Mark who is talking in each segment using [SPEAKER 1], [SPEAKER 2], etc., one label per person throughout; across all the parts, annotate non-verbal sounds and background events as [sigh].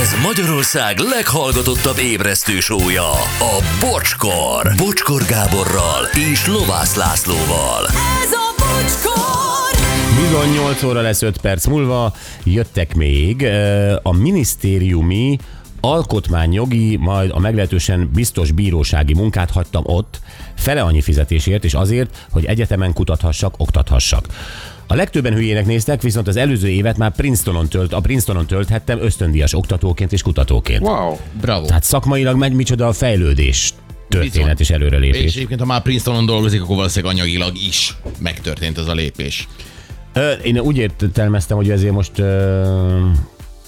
[SPEAKER 1] Ez Magyarország leghallgatottabb ébresztő sója, a Bocskor. Bocskor Gáborral és Lovász Lászlóval.
[SPEAKER 2] Ez a bocskor!
[SPEAKER 3] Bizony 8 óra lesz 5 perc múlva, jöttek még ö, a minisztériumi alkotmányjogi, majd a meglehetősen biztos bírósági munkát hagytam ott, fele annyi fizetésért és azért, hogy egyetemen kutathassak, oktathassak. A legtöbben hülyének néztek, viszont az előző évet már Princetonon tölt, a Princetonon tölthettem ösztöndíjas oktatóként és kutatóként.
[SPEAKER 4] Wow.
[SPEAKER 5] Bravo.
[SPEAKER 3] Tehát szakmailag megy micsoda a fejlődés, történet és előrelépés.
[SPEAKER 5] És egyébként, ha már Princetonon dolgozik, akkor valószínűleg anyagilag is megtörtént ez a lépés.
[SPEAKER 3] Ö, Én úgy értelmeztem, hogy ezért most ö,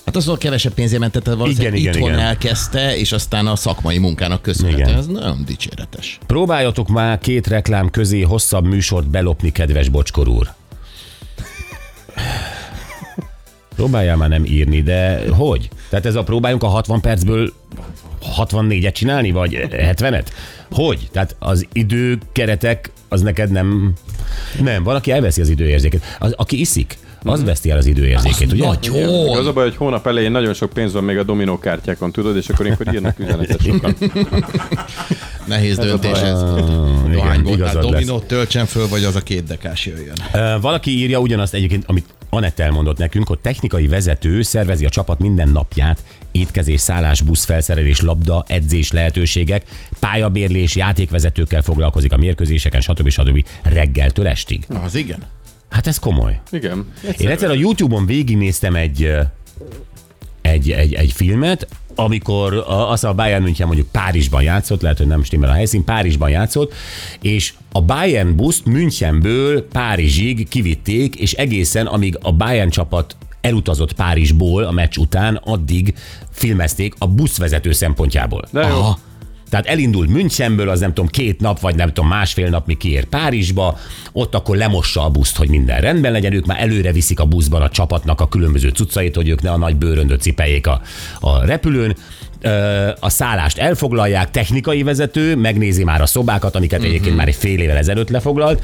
[SPEAKER 5] Hát azon kevesebb pénzért mentette, valószínűleg
[SPEAKER 3] Igen, igen,
[SPEAKER 5] igen, itthon
[SPEAKER 3] igen.
[SPEAKER 5] igen. elkezdte, és aztán a szakmai munkának köszönhetően.
[SPEAKER 3] Igen.
[SPEAKER 5] Ez nagyon dicséretes.
[SPEAKER 3] Próbáljatok már két reklám közé hosszabb műsort belopni, kedves bocskor úr. Próbáljál már nem írni, de hogy? Tehát ez a próbáljunk a 60 percből 64-et csinálni, vagy 70-et? Hogy? Tehát az időkeretek, az neked nem... Nem, valaki elveszi az időérzéket. Az, aki iszik, az veszti el az időérzékét, ugye?
[SPEAKER 5] Nagyon!
[SPEAKER 4] Az a baj, hogy hónap elején nagyon sok pénz van még a dominó kártyákon, tudod, és akkor ilyenkor írnak üzenetet
[SPEAKER 3] [laughs]
[SPEAKER 4] sokan.
[SPEAKER 5] Nehéz döntés ez.
[SPEAKER 3] Ah, igen,
[SPEAKER 5] Dohány gondnál
[SPEAKER 3] igazad lesz.
[SPEAKER 5] dominót töltsen föl, vagy az a két dekás jöjjön.
[SPEAKER 3] Ö, Valaki írja ugyanazt egyébként, amit Anett elmondott nekünk, hogy technikai vezető szervezi a csapat minden napját, étkezés, szállás, busz, felszerelés, labda, edzés lehetőségek, pályabérlés, játékvezetőkkel foglalkozik a mérkőzéseken, stb. stb. reggeltől estig.
[SPEAKER 5] Az igen.
[SPEAKER 3] Hát ez komoly.
[SPEAKER 4] Igen.
[SPEAKER 3] Én egyszer a YouTube-on végignéztem egy, ö, egy, egy, egy filmet, amikor a- az a Bayern München mondjuk Párizsban játszott, lehet, hogy nem stimmel a helyszín, Párizsban játszott, és a Bayern buszt Münchenből Párizsig kivitték, és egészen amíg a Bayern csapat elutazott Párizsból a meccs után, addig filmezték a buszvezető szempontjából.
[SPEAKER 4] De jó.
[SPEAKER 3] Tehát elindul Münchenből, az nem tudom, két nap, vagy nem tudom, másfél nap, mi kiér Párizsba, ott akkor lemossa a buszt, hogy minden rendben legyen, ők már előre viszik a buszban a csapatnak a különböző cuccait, hogy ők ne a nagy bőröndöt cipeljék a, a repülőn. Ö, A szállást elfoglalják, technikai vezető, megnézi már a szobákat, amiket egyébként már egy fél évvel ezelőtt lefoglalt,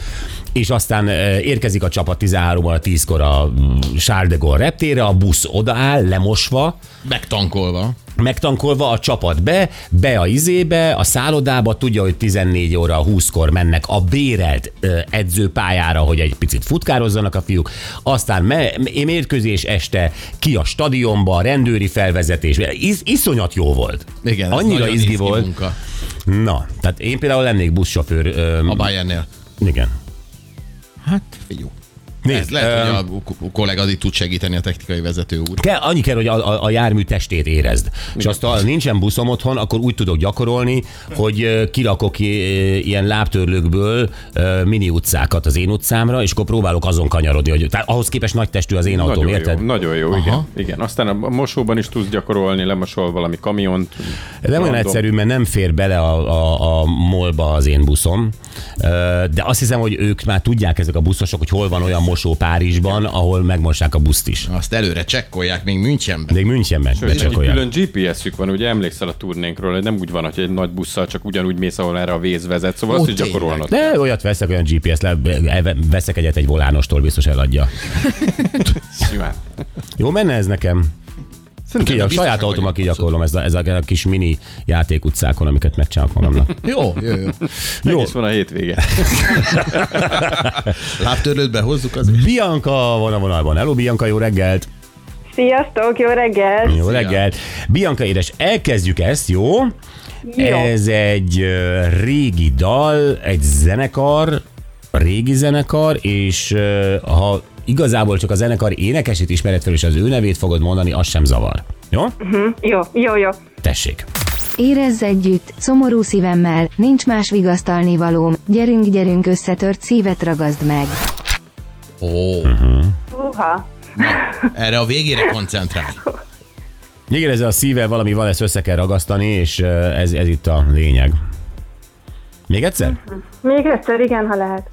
[SPEAKER 3] és aztán ö, érkezik a csapat 13-al, 10-kor a mm, Charles de Gaulle reptére, a busz odaáll, lemosva,
[SPEAKER 5] Megtankolva.
[SPEAKER 3] megtankolva a csapat be, be a izébe, a szállodába, tudja, hogy 14 óra 20-kor mennek a bérelt ö, edzőpályára, hogy egy picit futkározzanak a fiúk, aztán me- m- mérkőzés este ki a stadionba, rendőri felvezetés, Is- iszonyat jó volt.
[SPEAKER 5] Igen, ez
[SPEAKER 3] Annyira
[SPEAKER 5] nagyon
[SPEAKER 3] izgi volt.
[SPEAKER 5] Munka
[SPEAKER 3] Na, tehát én például lennék buszsofőr. Ö,
[SPEAKER 5] a Bayernnél.
[SPEAKER 3] igen.
[SPEAKER 5] Hát, jó.
[SPEAKER 3] Nézd,
[SPEAKER 5] Ez lehet, hogy a k- kollégád itt tud segíteni a technikai vezető úr.
[SPEAKER 3] Te annyi kell, hogy a, a, a jármű testét érezd. És azt, ha nincsen buszom otthon, akkor úgy tudok gyakorolni, hogy ö, kirakok i- ilyen lábtörlőkből ö, mini utcákat az én utcámra, és akkor próbálok azon kanyarodni. Hogy, tehát ahhoz képest nagy testű az én autóm,
[SPEAKER 4] Nagyon jó,
[SPEAKER 3] érted?
[SPEAKER 4] nagyon jó, igen. igen. Aztán a mosóban is tudsz gyakorolni, lemosol valami kamiont.
[SPEAKER 3] Nem olyan
[SPEAKER 4] Random.
[SPEAKER 3] egyszerű, mert nem fér bele a, a, a molba az én buszom, Ö, de azt hiszem, hogy ők már tudják ezek a buszosok, hogy hol van olyan mosó Párizsban, ahol megmossák a buszt is.
[SPEAKER 5] Azt előre csekkolják még Münchenben.
[SPEAKER 3] Még Münchenben
[SPEAKER 4] Sőt, egy
[SPEAKER 3] becsekolják.
[SPEAKER 4] külön GPS-ük van, ugye emlékszel a turnénkről, hogy nem úgy van, hogy egy nagy busszal csak ugyanúgy mész, ahol erre a vész vezet, szóval
[SPEAKER 5] Ó,
[SPEAKER 4] azt is
[SPEAKER 5] tényleg.
[SPEAKER 4] gyakorolnod.
[SPEAKER 3] De olyat veszek, olyan GPS, le, elve- veszek egyet egy volánostól, biztos eladja.
[SPEAKER 4] Simán.
[SPEAKER 3] Jó menne ez nekem? Ki, a
[SPEAKER 5] biztosak
[SPEAKER 3] saját
[SPEAKER 5] vagyunk,
[SPEAKER 3] autómat
[SPEAKER 5] abszolút.
[SPEAKER 3] kigyakorlom ez a, ez a, a kis mini játékutcákon, amiket megcsinálok magamnak.
[SPEAKER 5] Jó, jó, jó.
[SPEAKER 3] Jó,
[SPEAKER 4] És van a hétvége.
[SPEAKER 5] Lábtörlőt behozzuk azért.
[SPEAKER 3] Bianca van a vonalban. Hello, Bianca, jó reggelt!
[SPEAKER 6] Sziasztok, jó reggelt!
[SPEAKER 3] Jó reggelt! Bianca édes, elkezdjük ezt, jó?
[SPEAKER 6] Jó.
[SPEAKER 3] Ez egy ö, régi dal, egy zenekar, régi zenekar, és ö, ha igazából csak a zenekar énekesét ismered fel, és az ő nevét fogod mondani, az sem zavar. Jó?
[SPEAKER 6] Jó, jó, jó.
[SPEAKER 3] Tessék!
[SPEAKER 7] Érezz együtt, szomorú szívemmel, nincs más vigasztalni valóm, gyerünk, gyerünk, összetört szívet ragazd meg.
[SPEAKER 5] Ó,
[SPEAKER 6] Uha.
[SPEAKER 5] erre a végére koncentrálj.
[SPEAKER 3] Igen, ezzel a szívvel valami van, ezt össze kell ragasztani, és ö, ez, ez itt a lényeg. Még egyszer?
[SPEAKER 6] Még egyszer, igen, ha lehet.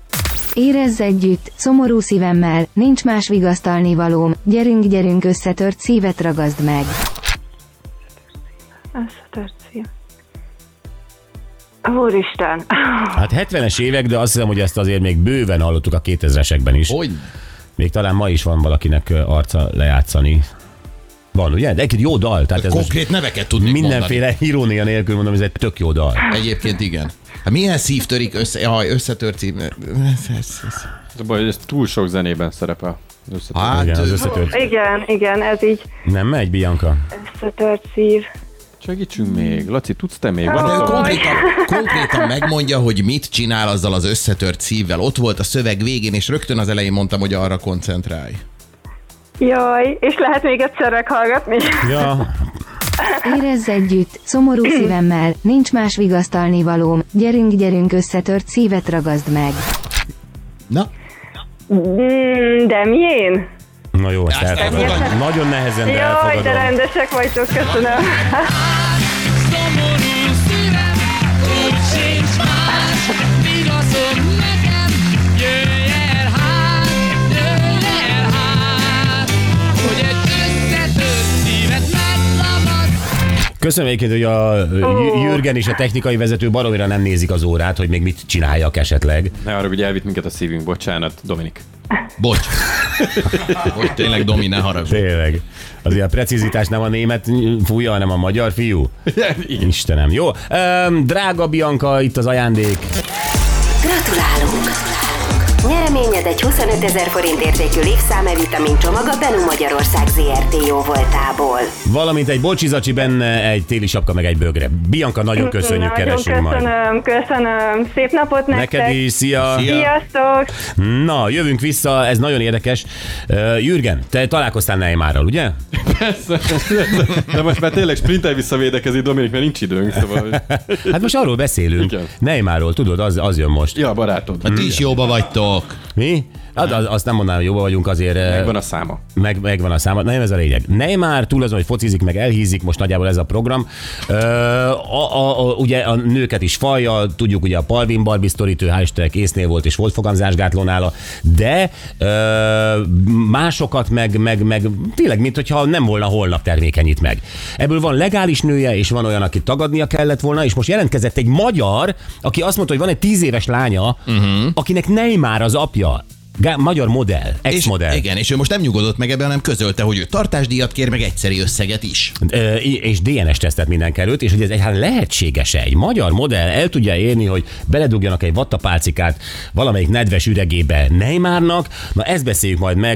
[SPEAKER 7] Érezz együtt, szomorú szívemmel, nincs más vigasztalni valóm, gyerünk, gyerünk, összetört szívet ragazd meg.
[SPEAKER 6] Összetörci. Úristen. [laughs]
[SPEAKER 3] Hát 70-es évek, de azt hiszem, hogy ezt azért még bőven hallottuk a 2000-esekben is.
[SPEAKER 5] Hogy?
[SPEAKER 3] Még talán ma is van valakinek ö, arca lejátszani. Van, ugye? De egy jó dal. Tehát ez most
[SPEAKER 5] Konkrét neveket tudnék
[SPEAKER 3] mindenféle irónia nélkül mondom, ez egy tök jó dal.
[SPEAKER 5] mondani. Egyébként igen. Hát milyen szív törik össze? Jaj, összetört szív. Ez- ez- ez-
[SPEAKER 4] Az a baj, hogy ez túl sok zenében szerepel. Összetett.
[SPEAKER 5] Hát,
[SPEAKER 3] Igen, az összetört.
[SPEAKER 6] Igen, igen, ez így
[SPEAKER 3] Nem megy, Bianca?
[SPEAKER 6] összetört szív.
[SPEAKER 4] Segítsünk még. Laci, tudsz te még?
[SPEAKER 3] Hát,
[SPEAKER 5] de ő
[SPEAKER 4] Van ott
[SPEAKER 5] Hát, konkrétan, konkrétan megmondja, hogy mit csinál azzal az összetört szívvel. Ott volt a szöveg végén, és rögtön az elején mondtam, hogy arra koncentrálj.
[SPEAKER 6] Jaj, és lehet még egyszer meghallgatni?
[SPEAKER 3] Ja,
[SPEAKER 7] Érezz együtt, szomorú szívemmel, nincs más vigasztalni valóm, gyerünk, gyerünk, összetört szívet ragazd meg.
[SPEAKER 5] Na,
[SPEAKER 6] Mm, de milyen?
[SPEAKER 3] na jó, ezt elfogadom.
[SPEAKER 5] elfogadjuk.
[SPEAKER 3] Nagyon nehezen, de
[SPEAKER 6] Jaj, de
[SPEAKER 3] elfogadom.
[SPEAKER 6] rendesek vagytok, köszönöm.
[SPEAKER 2] Szomorú szívem, úgy sincs más, vigaszod nekem, jöjj el hát, jöjj el hát, hogy egy összetört szívet megszabadsz.
[SPEAKER 3] Köszönöm egyébként, hogy a J- Jürgen és a technikai vezető baromira nem nézik az órát, hogy még mit csináljak esetleg.
[SPEAKER 4] Ne arra, hogy elvitt minket a szívünk. Bocsánat, Dominik.
[SPEAKER 5] bocs. [laughs] Hogy tényleg, Domi, ne haragudj.
[SPEAKER 3] Tényleg. Azért a precizitás nem a német fúja, hanem a magyar fiú. Igen. Istenem, jó. Öm, drága Bianca, itt az ajándék.
[SPEAKER 8] Gratulálunk! Nyereményed egy 25 ezer forint értékű lépszámevitamin csomag a Benu Magyarország ZRT jó voltából.
[SPEAKER 3] Valamint egy bocsizacsi benne, egy téli sapka, meg egy bögre. Bianca, nagyon köszönjük,
[SPEAKER 6] Nagyon
[SPEAKER 3] keresünk majd.
[SPEAKER 6] köszönöm, köszönöm. Szép napot nektek.
[SPEAKER 3] Neked is, szia.
[SPEAKER 5] Szia.
[SPEAKER 6] Sziasztok!
[SPEAKER 3] Na, jövünk vissza, ez nagyon érdekes. Ö, Jürgen, te találkoztál Neymarral, [laughs] ugye?
[SPEAKER 4] Persze, persze. De most már tényleg sprintelj vissza védekezni, Dominik, mert nincs időnk, szóval... hogy-
[SPEAKER 3] Hát most arról beszélünk.
[SPEAKER 4] Igen.
[SPEAKER 3] Neymarról, tudod, az, az jön most.
[SPEAKER 4] Ja, barátod.
[SPEAKER 5] Ti is jóba vagytok.
[SPEAKER 3] Mi? Hát az, azt nem mondanám, hogy jobban vagyunk, azért eh, ö,
[SPEAKER 4] Van a száma.
[SPEAKER 3] meg, megvan a száma. Nem ez a lényeg. Neymar túl azon, hogy focizik, meg elhízik, most nagyjából ez a program. Ö, a, a, a, ugye a nőket is falja, tudjuk ugye a Palvin Barbie sztorit, ő hál' Istennek észnél volt, és volt fogamzásgátló nála, de ö, másokat meg, meg, meg tényleg, mint hogyha nem volna holnap termékenyít meg. Ebből van legális nője, és van olyan, aki tagadnia kellett volna, és most jelentkezett egy magyar, aki azt mondta, hogy van egy tíz éves lánya,
[SPEAKER 5] Mhm.
[SPEAKER 3] uh-huh. akinek Neymar az apja. Gá- magyar modell, ex-modell.
[SPEAKER 5] És, igen, és ő most nem nyugodott meg ebben, hanem közölte, hogy ő tartásdíjat kér, meg egyszeri összeget is.
[SPEAKER 3] Ö, és DNS tesztet mindenki előtt, és hogy ez egyáltalán lehetséges-e? Egy magyar modell el tudja érni, hogy beledugjanak egy vattapálcikát valamelyik nedves üregébe Neymarnak? Na ezt beszéljük majd meg